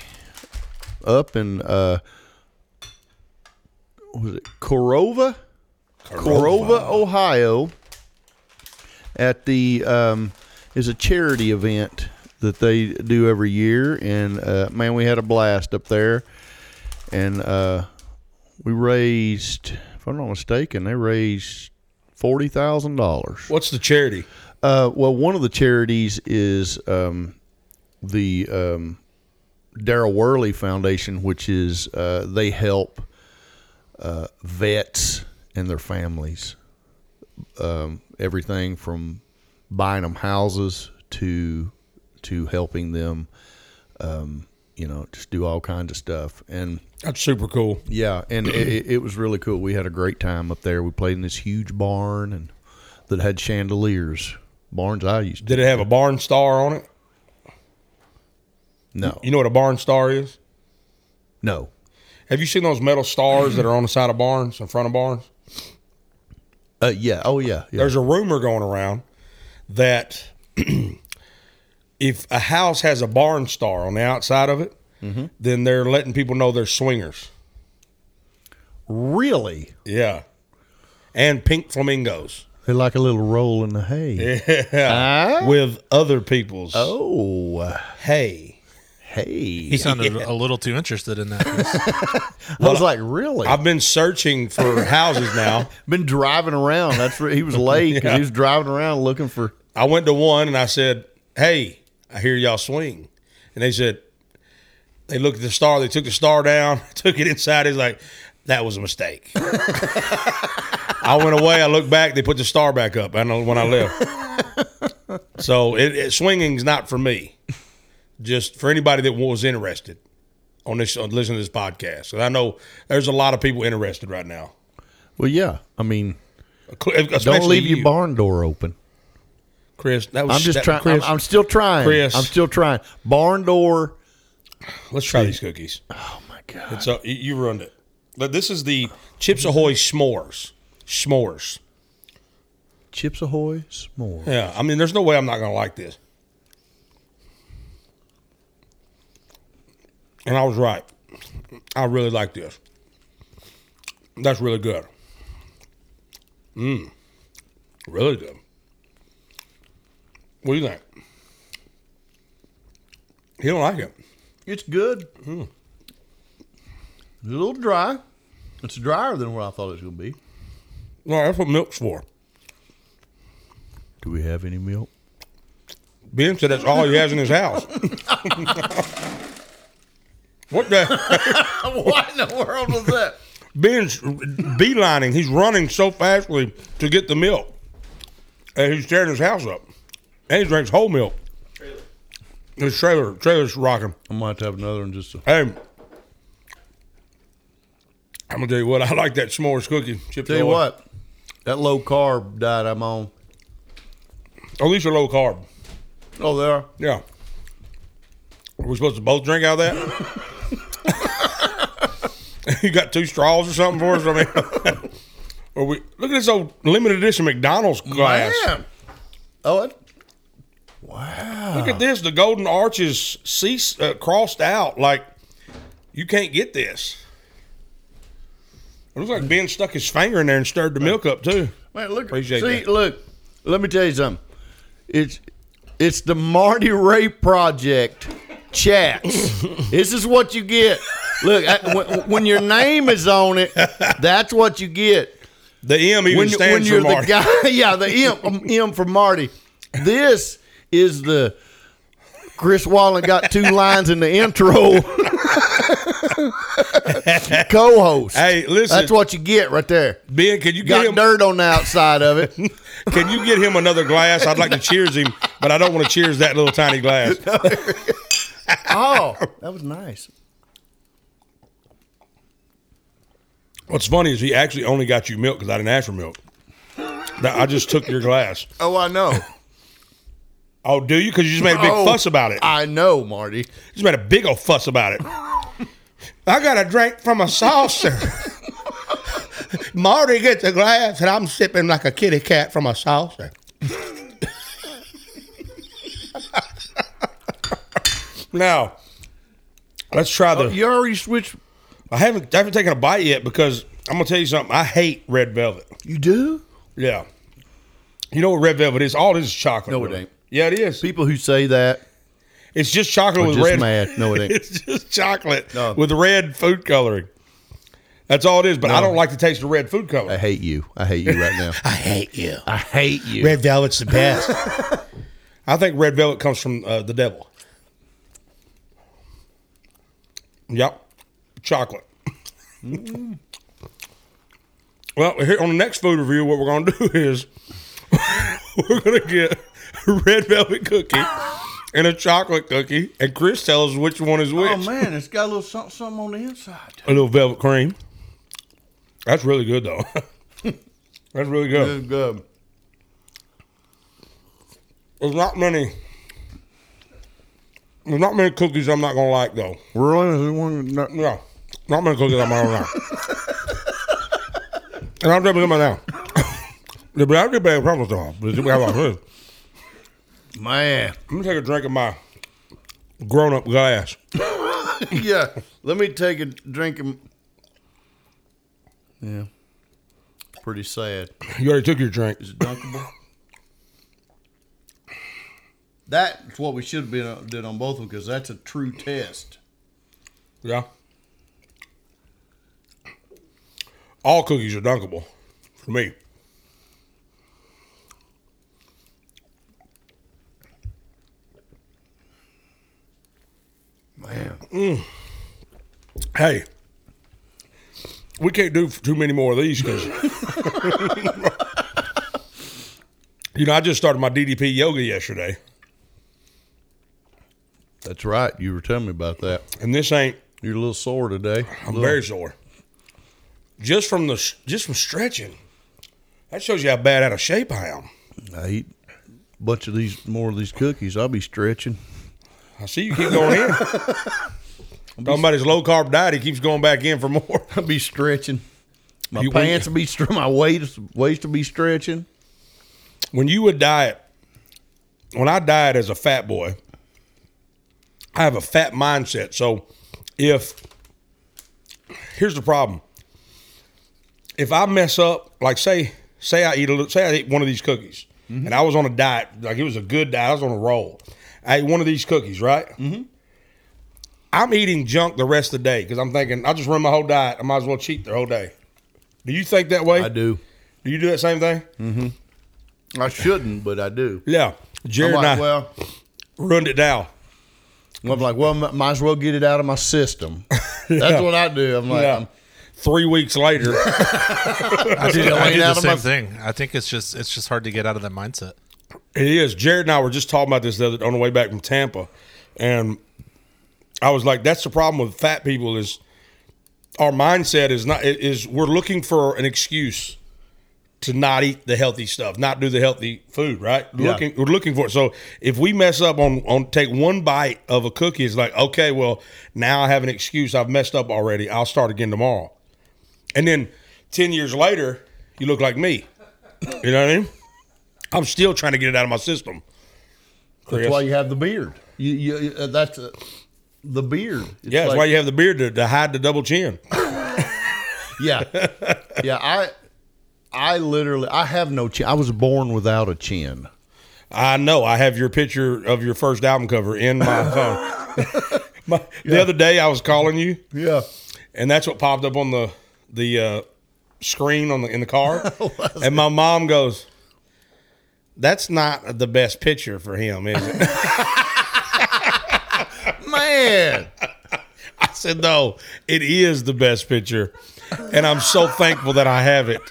S2: up in uh what was it Corova? Corova, Ohio at the um is a charity event that they do every year and uh man we had a blast up there and uh we raised if I'm not mistaken they raised forty thousand dollars.
S1: What's the charity?
S2: Uh, well, one of the charities is um, the um, Daryl Worley Foundation, which is uh, they help uh, vets and their families. Um, everything from buying them houses to to helping them um, you know, just do all kinds of stuff. And
S1: That's super cool.
S2: yeah, and it- it, it was really cool. We had a great time up there. We played in this huge barn and that had chandeliers. Barns I used to
S1: Did it have a barn star on it?
S2: no
S1: You know what a barn star is?
S2: no
S1: Have you seen those metal stars that are on the side of barns, in front of barns?
S2: uh, yeah oh yeah, yeah.
S1: There's a rumor going around that [clears throat] if a house has a barn star on the outside of it, then they're letting people know they're swingers.
S2: really
S1: Yeah. And pink flamingos
S2: they like a little roll in the hay.
S1: with other people's
S2: [laughs] Oh
S1: hay.
S2: hey,
S4: He [laughs] sounded a little too interested in that.
S2: I was like really.
S1: I've been searching for houses now.
S2: been driving around. That's where he was
S1: [laughs]
S2: late because he was driving around looking for.
S1: I went to one and I said, Hey, I hear y'all swing. And they said, They looked at the star, they took the star down, [laughs] took it inside. It's like, That was a mistake. [laughs] I went away, I looked back, they put the star back up. I know when I left. so it, it, swinging's not for me, just for anybody that was interested on this, on listening to this podcast. And I know there's a lot of people interested right now.
S2: Well, yeah. I mean,
S1: Especially
S2: don't leave
S1: you,
S2: your barn door open.
S1: Chris. That was
S2: I'm just
S1: that-
S2: trying. I'm,
S1: Chris,
S2: I'm still trying.
S1: Chris.
S2: I'm still trying. Barn door.
S1: Let's try these cookies. Oh my god! It's a, you- you ruined it. But this is the Chips Ahoy s'mores. S'mores.
S2: Chips Ahoy s'more.
S1: Yeah, I mean, there's no way I'm not gonna like this. And I was right. I really like this. That's really good. Mmm. Really good. What do you think? He don't like it.
S2: It's good. It's a little dry. It's drier than what I thought it was going to be.
S1: No, that's what milk's for.
S2: Do we have any milk?
S1: Ben said that's all he has in his house. what the?
S2: [laughs]
S1: [laughs]
S2: what in the world was that?
S1: Ben's beelining. He's running so fastly to get the milk. And he's tearing his house up. And he drinks whole milk. His trailer, trailer's rocking.
S2: I might have another one just. To,
S1: Hey, I'm gonna tell you what. I like that s'mores cookie. Chips
S2: tell you
S1: Ahoy.
S2: what, that low carb diet I'm on.
S1: At least they're low carb.
S2: Oh, there.
S1: Yeah. Are we supposed to both drink out of that? [laughs] you got two straws or something for us? I mean, [laughs] or we look at this old limited edition McDonald's glass.
S2: Man. Oh, it,
S1: Look at this. The golden arches cease uh, crossed out. Like you can't get this. It looks like Ben stuck his finger in there and stirred the milk up too.
S2: Man, look.
S1: Appreciate
S2: see,
S1: that.
S2: look. Let me tell you something. It's it's the Marty Ray Project
S1: [laughs]
S2: chats. this is what you get. Look, I, when, when your name is on it, that's what you get.
S1: The M even
S2: When, you- when
S1: stands
S2: you're
S1: for Marty.
S2: the guy, [laughs] yeah, the M, um, M for Marty. This is the Chris Wallen got two lines in the
S1: [laughs]
S2: intro. Co-host.
S1: Hey, listen.
S2: that's what you get right there.
S1: ben, can you get
S2: Got
S1: him?
S2: dirt on the outside
S1: [laughs]
S2: of it.
S1: Can you get him another glass? I'd like to cheers him, but I don't want to cheers that little tiny glass.
S6: [laughs]
S2: Oh, that was nice.
S1: What's funny is he actually only got you milk because I didn't ask for milk. Now, I just took your glass.
S2: Oh, I
S6: [laughs]
S2: know.
S1: Oh, do you? Because you just made a big
S2: Oh,
S1: fuss about it. You
S2: I know, Marty.
S1: just made a big old fuss about it. I got a drink from a saucer. [laughs] Marty gets a glass, and I'm sipping like a kitty cat from a saucer. [laughs] now, let's try the.
S2: Oh, You already switched.
S1: I haven't I haven't taken a bite yet because I'm gonna tell you something. I hate red velvet.
S2: You do?
S1: Yeah. You know what red velvet is? All this is chocolate.
S2: No, it
S1: really.
S2: ain't.
S1: Yeah, it is.
S2: People who say that
S1: It's just chocolate
S2: are
S1: with
S2: just
S1: red.
S2: mad.
S1: [laughs]
S2: No, it ain't.
S1: It's just chocolate
S2: No.
S1: with red food coloring. That's all it is. But I don't like the taste of red food
S2: I
S1: coloring.
S2: hate you. I hate you right now.
S1: [laughs] I hate you.
S2: I hate you.
S1: Red velvet's the best. [laughs] I think red velvet comes from uh, the devil. Yep, chocolate. [laughs] well, here on the next food review, what we're [laughs] gonna do is we're gonna get a red velvet cookie, and a chocolate cookie, and Chris tells us which one is which.
S6: Oh man, it's got a little something, something on the inside.
S1: A little velvet cream. That's really good though. [laughs] That's really good.
S2: It's good.
S1: There's not many. There's not many cookies I'm not gonna like though.
S2: Really? Is it one- no.
S1: No, not many cookies I'm not gonna like. and I'm definitely coming now. The brown get bad problems though. But we have our food.
S2: Man. [laughs]
S1: Let me take a drink of my grown up glass.
S2: yeah. Let me take a drink. Of... Yeah. Pretty sad.
S1: You already took your drink.
S2: Is it dunkable? that's what we should have been uh, did on both of them because that's a true test.
S1: Yeah. All cookies are dunkable for me.
S2: Man.
S1: Hey, we can't do too many more of these because. [laughs] you know, I just started my DDP yoga yesterday,
S2: That's right. You were telling me about that.
S1: and this ain't.
S2: You're a little sore today.
S1: I'm very sore. Just from the s- just from stretching, that shows you how bad out of shape I am.
S2: I eat a bunch of these more of these cookies. I'll be stretching. [laughs]
S1: I see you keep going in. Talking about his low carb diet, he keeps going back in for more.
S2: I'll be stretching. My
S1: You-
S2: pants will be stretching. [laughs] My waist waist will be stretching.
S1: when you would diet, when I diet as a fat boy, I have a fat mindset. So if here's the problem, if I mess up, like say say I eat a little, say I eat one of these cookies,
S2: Mm-hmm.
S1: and I was on a diet, like it was a good diet, I was on a roll. I ate one of these cookies, right? Mm-hmm. I'm eating junk the rest of the day because I'm thinking I just run my whole diet. I might as well cheat the whole day. Do you think that way?
S2: I do. Mm-hmm.
S1: Do you do that same thing?
S2: I shouldn't, but I do.
S1: Yeah.
S2: I'm
S1: Jared
S2: like,
S1: and I
S2: well,
S1: runned it down.
S2: I'm like, well, m- might as well get it out of my system.
S1: [laughs]
S2: That's what I do. I'm like,
S1: Yeah.
S2: I'm-
S1: Three weeks later,
S4: I do,
S2: Elaine
S4: I do
S2: out
S4: the
S2: of
S4: same
S2: my-
S4: thing. I think it's just it's just hard to get out of that mindset.
S1: it is. Jared and I were just talking about this the other on the way back from Tampa, and I was like, "That's the problem with fat people is our mindset is not is we're looking for an excuse to not eat the healthy stuff, not do the healthy food, right? Looking we're looking for it. So if we mess up on on take one bite of a cookie, it's like, okay, well now I have an excuse. I've messed up already. I'll start again tomorrow. And then ten years later, you look like me. You know what I mean? I'm still trying to get it out of my system. Chris.
S2: that's why you have the beard. You, you uh, that's uh, the beard. It's
S1: yeah, that's
S2: like-
S1: why you have the beard to, to hide the double chin. [laughs]
S2: yeah, yeah. I, I literally, I have no chin. I was born without a chin.
S1: I know. I have your picture of your first album cover in
S2: [laughs]
S1: my phone. My- The other day, I was calling you,
S2: Yeah,
S1: and that's what popped up on the the uh, screen on the in the
S2: [laughs]
S1: car. and my mom goes, "That's not the best picture for him, is it?"
S2: man. [laughs]
S1: I said, "No, it is the best picture, and I'm so thankful that I have it,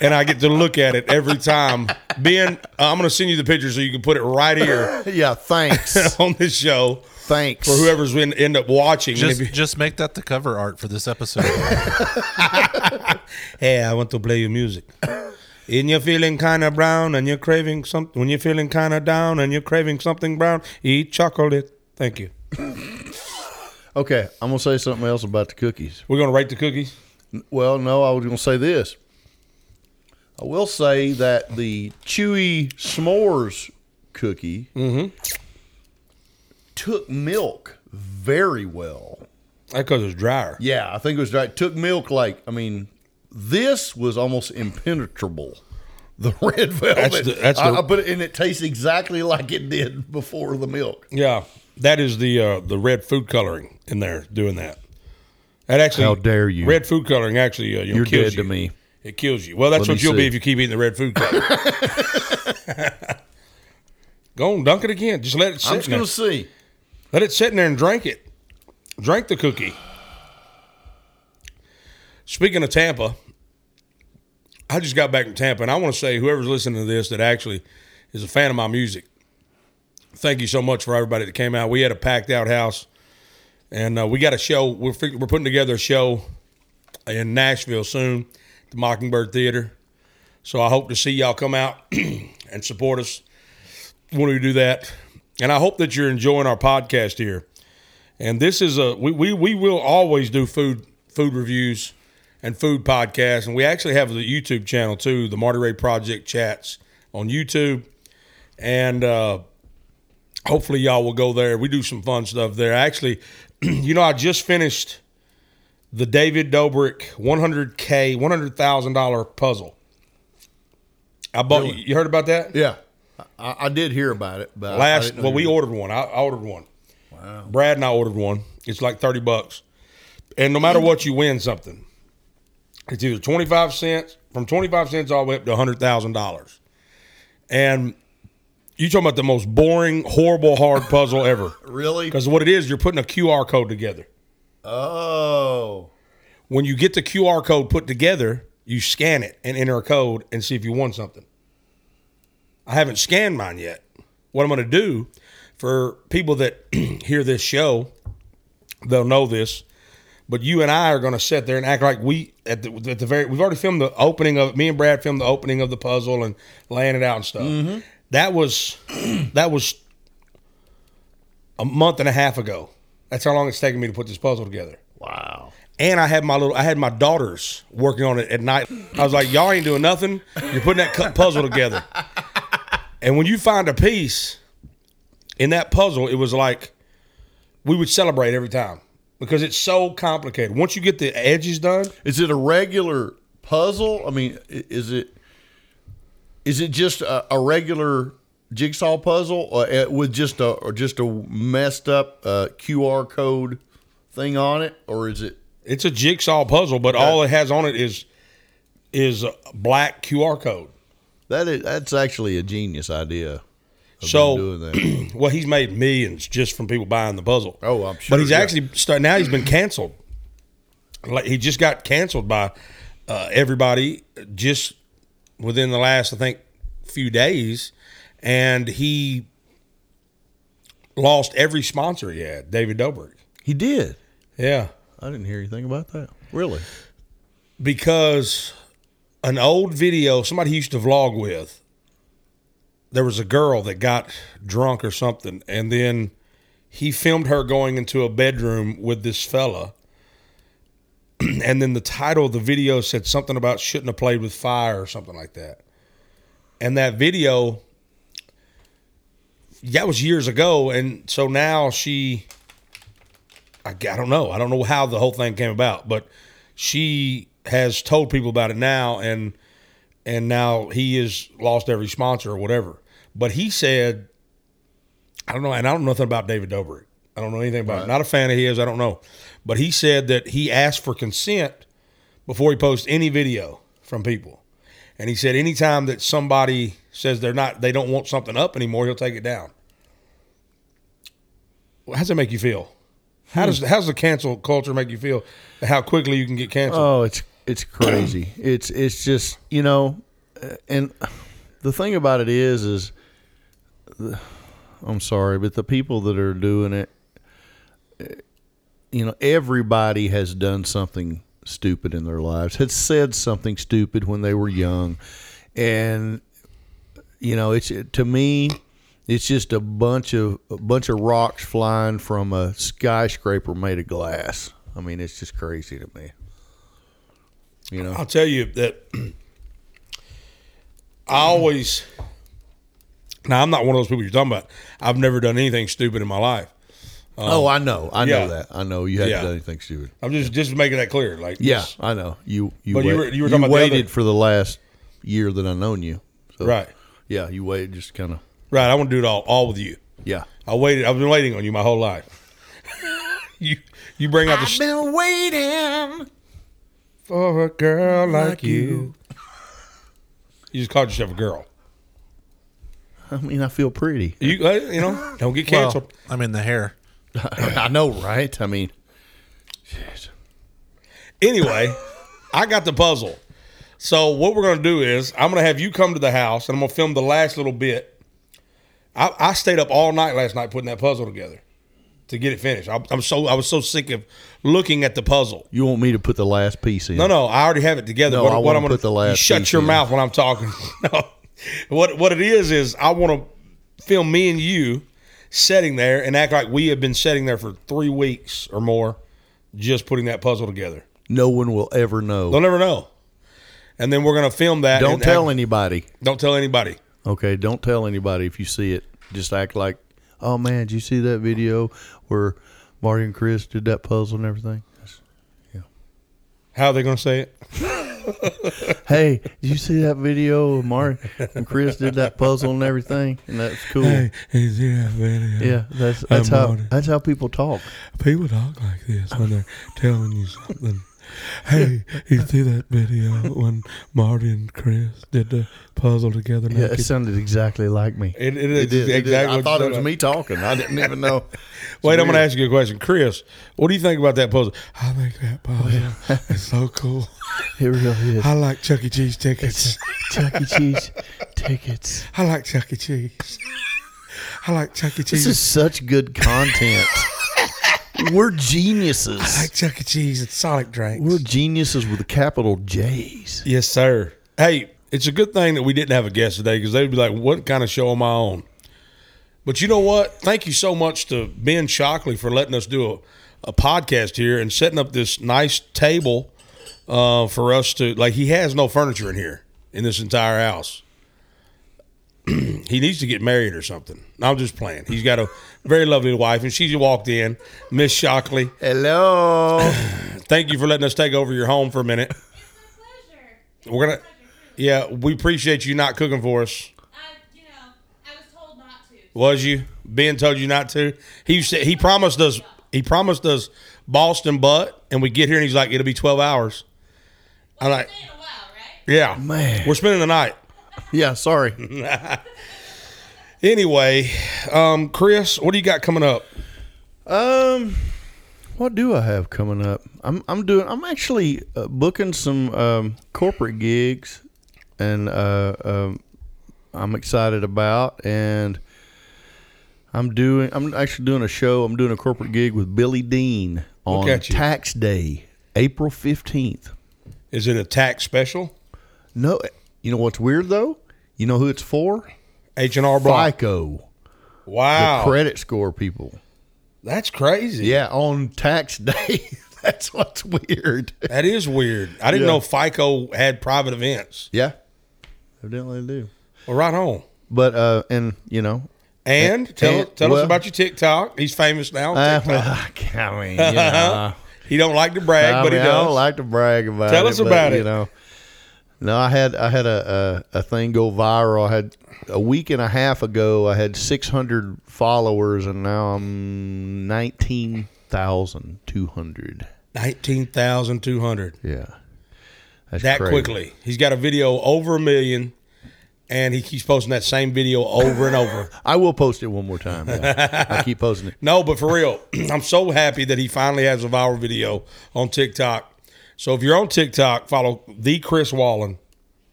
S1: and I get to look at it every time." Ben, uh, I'm going to send you the picture so you can put it right here [laughs]
S2: yeah, thanks,
S1: on this show
S2: thanks
S1: for whoever's going to end up watching. And
S4: Just
S1: if you-
S4: just make that the cover art for this
S1: [laughs]
S4: episode.
S1: Hey, I want to play your music. And you're feeling kind of brown and you're craving something. When you're feeling kind of down and you're craving something brown, eat chocolate. Thank you.
S2: Okay, I'm gonna say something else about the cookies.
S1: We're going to rate the cookies.
S2: Well, no, I was going to say this. I will say that the chewy s'mores cookie
S1: Mm-hmm.
S2: took milk very well.
S1: That's because it's drier.
S2: Yeah, I think it was right. Took milk like I mean, this was almost impenetrable. The [laughs] red velvet.
S1: the- that's
S2: I,
S1: the-
S2: I put it, and it tastes exactly like it did before the milk.
S1: Yeah, that is the uh, the red food coloring in there doing that. That actually,
S2: How dare you.
S1: Red food coloring actually, uh, you know,
S2: You're
S1: kills
S2: dead
S1: you.
S2: to me.
S1: It kills you. Well, that's
S2: Let
S1: what
S2: me
S1: you'll be
S2: see.
S1: if you keep eating the red food coloring.
S2: [laughs]
S1: Go on, dunk it again. Just let it sit.
S2: I'm
S1: in
S2: just
S1: there.
S2: going to see.
S1: Let it sit in there and drink it. Drink the cookie. Speaking of Tampa, I just got back from Tampa, and I want to say whoever's listening to this that actually is a fan of my music, thank you so much for everybody that came out. We had a packed out house, and uh, we got a show. We're fig- we're putting together a show in Nashville soon, the Mockingbird Theater. So I hope to see y'all come out [clears throat] and support us when we do that. And I hope that you're enjoying our podcast here. And this is a we we, we will always do food food reviews and food podcasts. And we actually have the YouTube channel too, the Monterey Project Chats on YouTube. And uh hopefully y'all will go there. We do some fun stuff there. Actually, [clears throat] you know, I just finished the David Dobrik 100K, $100,000 puzzle. I bought, you heard about that?
S2: Yeah, I, I did hear about it, but I- I
S1: Last,
S2: didn't
S1: well,
S2: know you
S1: we
S2: were-
S1: ordered one. I, I ordered one. Wow. Brad and I ordered one. It's like thirty bucks, and no
S2: Mm.
S1: matter what, you win something. It's either twenty five cents from twenty five cents all the way up to hundred thousand dollars, and you talking about the most boring, horrible, hard puzzle
S2: [laughs]
S1: ever.
S2: really.
S1: Because what it is, you're putting a QR code together.
S2: Oh,
S1: When you get the QR code put together, you scan it and enter a code and see if you won something. I haven't scanned mine yet. What I'm going to do for people that [clears throat] hear this show, they'll know this. But you and I are going to sit there and act like we at the, at the very we've already filmed the opening of me and Brad filmed the opening of the puzzle and laying it out and stuff. That was [clears throat] that was a month and a half ago. That's how long it's taken me to put this puzzle together.
S2: wow.
S1: And I had my little, I had my daughters working on it at night. I was like, y'all ain't doing nothing. You're putting that cu- puzzle
S2: [laughs]
S1: together. And when you find a piece in that puzzle, it was like we would celebrate every time because it's so complicated. Once you get the edges done,
S2: Is it a regular puzzle? I mean, i- is it is it just a, a regular jigsaw puzzle or, uh, with just a or just a messed up uh, QR code thing on it, or is it?
S1: it's a jigsaw puzzle, but all it has on it is is a black QR code.
S2: That is that's actually a genius idea. of
S1: So-
S2: them doing that.
S1: Well, he's made millions just from people buying the puzzle.
S2: Oh, I'm sure,
S1: But he's
S2: yeah.
S1: actually start now. He's been canceled. Like he just got canceled by uh, everybody just within the last, I think, few days, and he lost every sponsor he had. David Dobrik.
S2: [clears throat] he did.
S1: Yeah,
S2: I didn't hear anything about that. Really?
S1: because an old video somebody he used to vlog with there was a girl that got drunk or something and then he filmed her going into a bedroom with this fella [clears throat] and then the title of the video said something about shouldn't have played with fire or something like that and that video that was years ago and so now she I, I don't know. I don't know how the whole thing came about, but she has told people about it now, and and now he is lost every sponsor or whatever. But he said, I don't know, and I don't know nothing about David Dobrik. I don't know anything about. Him. Not a fan of his. I don't know, but he said that he asked for consent before he posts any video from people, and he said anytime that somebody says they're not, they don't want something up anymore, he'll take it down. Well, how's that make you feel? How does how's the cancel culture make you feel? How quickly you can get canceled?
S2: Oh, it's it's crazy. it's it's just you know, uh, and the thing about it is is, I'm sorry, but the people that are doing it, uh, you know, everybody has done something stupid in their lives, had said something stupid when they were young, and you know, it's to me. It's just a bunch of a bunch of rocks flying from a skyscraper made of glass. I mean, it's just crazy to me. You know,
S1: I'll tell you that [clears throat] I always. Now I'm not one of those people you're talking about. I've never done anything stupid in my life.
S2: oh, I know, I
S1: yeah.
S2: know that. I know you haven't
S1: Yeah.
S2: done anything stupid.
S1: I'm just just making that clear. Like
S2: Yeah,
S1: just-
S2: I know you. You,
S1: But you
S2: wait-
S1: were- you were talking about the
S2: waited
S1: other-
S2: for the last year that I known you. So,
S1: right,
S2: Yeah, you waited just kind of.
S1: right. I want to do it all all with you.
S2: Yeah.
S1: I waited. I've been waiting on you my whole life. [laughs] you you bring out the st-
S2: been waiting.
S1: for a girl like you. You just called yourself a girl.
S2: I mean, I feel pretty. [laughs]
S1: You uh, you know don't get canceled.
S4: I mean, the hair.
S2: I know, right? I mean,
S1: anyway, I got the puzzle. So what we're gonna do is I'm gonna have you come to the house and I'm gonna film the last little bit. I, I stayed up all night last night putting that puzzle together to get it finished. I, I'm so I was so sick of looking at the puzzle.
S2: You want me to put the last piece in?
S1: No, no, I already have it together.
S2: No,
S1: what,
S2: I
S1: what
S2: wanna
S1: I'm gonna
S2: put the last
S1: you shut
S2: piece
S1: your
S2: in.
S1: mouth when I'm talking. [laughs] no. What what it is is I want to film me and you sitting there and act like we have been sitting there for three weeks or more, just putting that puzzle together.
S2: No one will ever know.
S1: They'll never know. And then we're gonna film that.
S2: don't
S1: and
S2: tell
S1: act-
S2: anybody.
S1: Don't tell anybody.
S2: Okay, don't tell anybody if you see it. Just act like, oh man, did you see that video where Marty and Chris did that puzzle and everything?
S1: How are they gonna say it?
S2: Hey, did you see that video of Marty and Chris did that puzzle and everything? And that's cool. yeah, that's that's how that's how people talk.
S7: People talk like this when they're telling you something.
S2: [laughs]
S7: Hey, you see that video when Marty and Chris did the puzzle together?
S2: Yeah, it
S7: naked?
S2: sounded exactly like me.
S1: It, it is exactly.
S2: I
S1: what
S2: thought
S1: you
S2: it was
S1: said.
S2: me talking. I didn't
S1: [laughs]
S2: even know.
S1: Wait, I'm going to ask you a question, Chris. What do you think about that puzzle?
S7: I think that [laughs] puzzle is so cool.
S2: It really is.
S7: I like Chuck E. Cheese tickets.
S2: Chuck E. Cheese tickets.
S7: I like Chuck E. Cheese. I like Chuck E.
S2: This
S7: Cheese.
S2: is such good [laughs] content. We're geniuses.
S7: I like Chuck E. Cheese and Sonic drinks.
S2: We're geniuses with capital J's.
S1: Yes, sir. Hey, it's a good thing that we didn't have a guest today because they'd be like, "What kind of show am I on?" But you know what? Thank you so much to Ben Shockley for letting us do a, a podcast here and setting up this nice table uh, for us to like. He has no furniture in here in this entire house. [clears throat] he needs to get married or something. I'm just playing. He's got a very lovely wife, and she walked in, Miss Shockley.
S2: Hello.
S1: Thank you for letting us take over your home for a minute.
S8: pleasure.
S1: We're gonna, yeah, we appreciate you not cooking for us.
S8: I, you know, I was told not to.
S1: Was you? Ben told you not to. He said he promised us. He promised us Boston butt, and we get here and he's like, "It'll be twelve hours." I'm like,
S8: It's been a while, right?
S1: "Yeah,
S2: Man.
S1: we're spending the night."
S2: Yeah, sorry.
S1: Anyway, um, Chris, what do you got coming up?
S2: Um, what do I have coming up? I'm I'm doing. I'm actually uh, booking some um, corporate gigs, and uh, um, I'm excited about. And I'm doing. I'm actually doing a show. I'm doing a corporate gig with Billy Dean on
S1: at you.
S2: Tax Day, April fifteenth.
S1: Is it a tax special?
S2: No, you know what's weird though? You know who it's for?
S1: H and R Block.
S2: FICO,
S1: Wow,
S2: credit score people.
S1: that's crazy.
S2: Yeah, on tax [laughs] day. That's what's weird.
S1: That is weird. I didn't
S2: Yeah.
S1: know FICO had private events.
S2: Yeah, evidently they do.
S1: Well, right on.
S2: But uh, and you know,
S1: And tell
S2: and-
S1: tell
S2: well- Uh-huh.
S1: us about your TikTok. He's famous now. on
S2: [laughs] I,
S1: TikTok.
S2: [laughs] I mean, you know,
S1: He don't like to brag,
S2: I,
S1: but
S2: mean,
S1: he
S2: I
S1: does.
S2: don't like to brag about.
S1: Tell
S2: it,
S1: us
S2: but,
S1: about it.
S2: You know, no, I had I had a, a a thing go viral. I had a week and a half ago. I had six hundred followers, and now I'm nineteen thousand two hundred.
S1: Nineteen thousand two hundred.
S2: Yeah, That's
S1: That
S2: crazy.
S1: quickly. He's got a video over a million, and he keeps posting that same video over and
S2: [laughs]
S1: over.
S2: I will post it one more
S1: [laughs]
S2: time. yeah. I keep posting it.
S1: No, but for real, [clears throat] I'm so happy that he finally has a viral video on TikTok. So if you're on TikTok, follow the Chris Wallen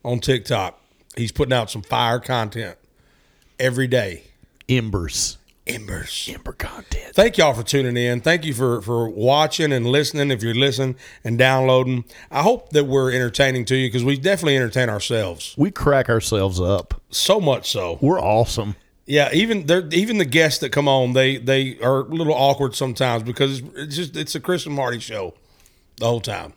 S1: on TikTok. He's putting out some fire content every day.
S2: Embers,
S1: Embers.
S2: ember content.
S1: Thank y'all for tuning in. Thank you for for watching and listening. If you're listening and downloading, I hope that we're entertaining to you because we definitely entertain ourselves
S2: We crack ourselves up.
S1: so much so.
S2: We're awesome.
S1: Yeah, even they're even the guests that come on, they they are a little awkward sometimes because it's, it's just it's a Chris and Marty show the whole time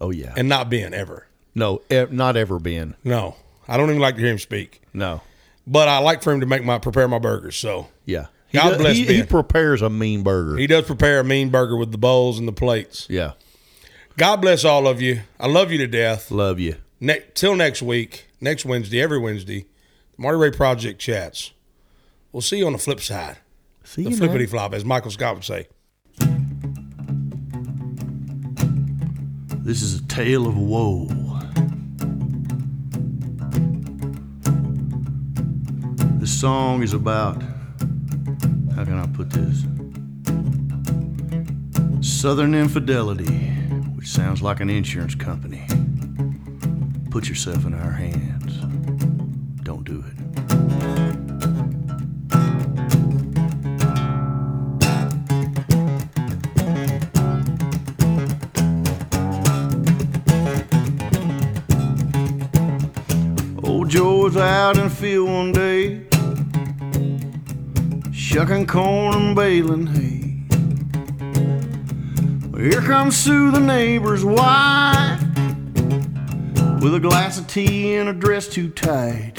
S2: Oh yeah.
S1: and not being ever.
S2: No, e- not ever been.
S1: No, I don't even like to hear him speak,
S2: No.
S1: but I like for him to make my prepare my burgers. So
S2: Yeah.
S1: God bless
S2: he, he
S1: Ben.
S2: prepares a mean burger.
S1: he does prepare a mean burger with the bowls and the plates.
S2: yeah.
S1: God bless all of you. I love you to death.
S2: Love you.
S1: ne- till next week, next Wednesday, every Wednesday, the Marty Ray Project chats. We'll see you on the flip side.
S2: See
S1: The
S2: you, man.
S1: flippity flop, as Michael Scott would say.
S2: This is a tale of woe. This song is about how can I put this? Southern infidelity, which sounds like an insurance company. Put yourself in our hands. Don't do it. out in the field one day, shucking corn and baling hay. Here comes Sue, the neighbor's wife, with a glass of tea and a dress too tight.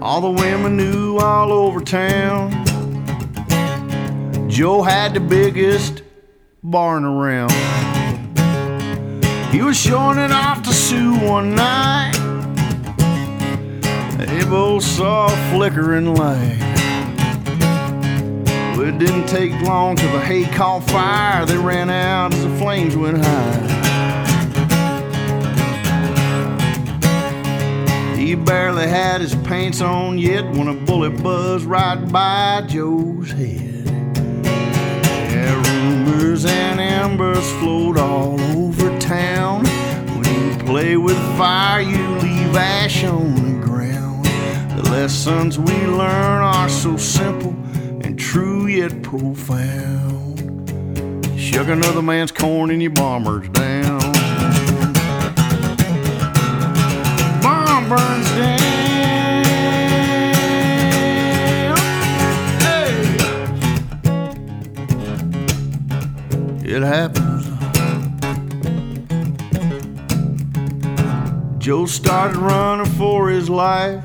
S2: All the women knew all over town. Joe had the biggest barn around. He was showing it off to Sue one night. They both saw a flickering light. Well, it didn't take long till the hay caught fire. They ran out as the flames went high. He barely had his pants on yet when a bullet buzzed right by Joe's head. Yeah, rumors and embers float all over town. When you play with fire, you leave ash on the ground. The lessons we learn are so simple and true yet profound. Shuck another man's corn and your bombers down. Bomb burns down. Hey. It happens. Joe started running for his life.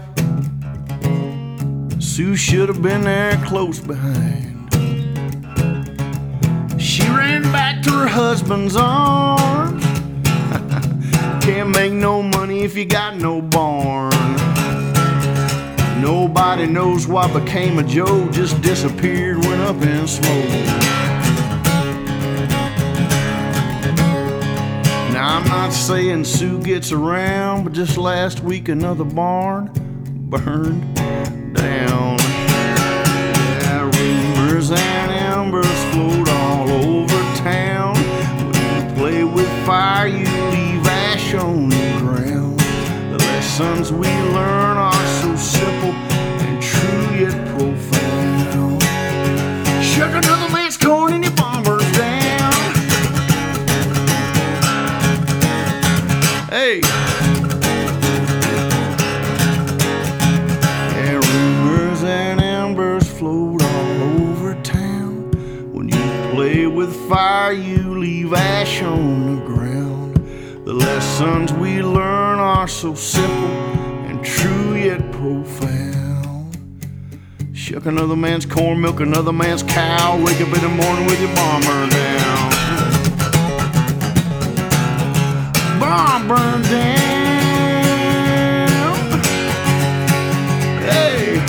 S2: Sue should have been there close behind. She ran back to her husband's arms. [laughs] Can't make no money if you got no barn. Nobody knows what became of Joe, just disappeared, went up in smoke. Now I'm not saying Sue gets around, but just last week another barn burned down. Yeah, rumors and embers float all over town. When you play with fire, you leave ash on the ground. The lessons we learn are so simple and true yet profound. Shuck another man's corn and your bombers down. Hey. Yeah, rumors and embers float all over town. When you play with fire, you leave ash on the ground. The lessons we learn are so simple and true yet profound. Shuck another man's corn, milk another man's cow. Wake up in the morning with your bomber down. barn burned down. Hey.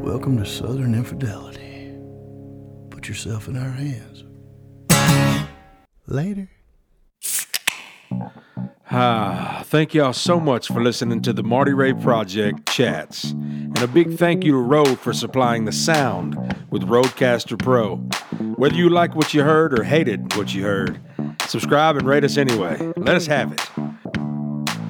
S2: Welcome to Southern Infidelity. Put yourself in our hands.
S9: Later.
S1: Ah, thank y'all so much for listening to the Marty Ray Project chats. And a big thank you to Rode for supplying the sound with Rodecaster Pro. Whether you like what you heard or hated what you heard, subscribe and rate us anyway. Let us have it.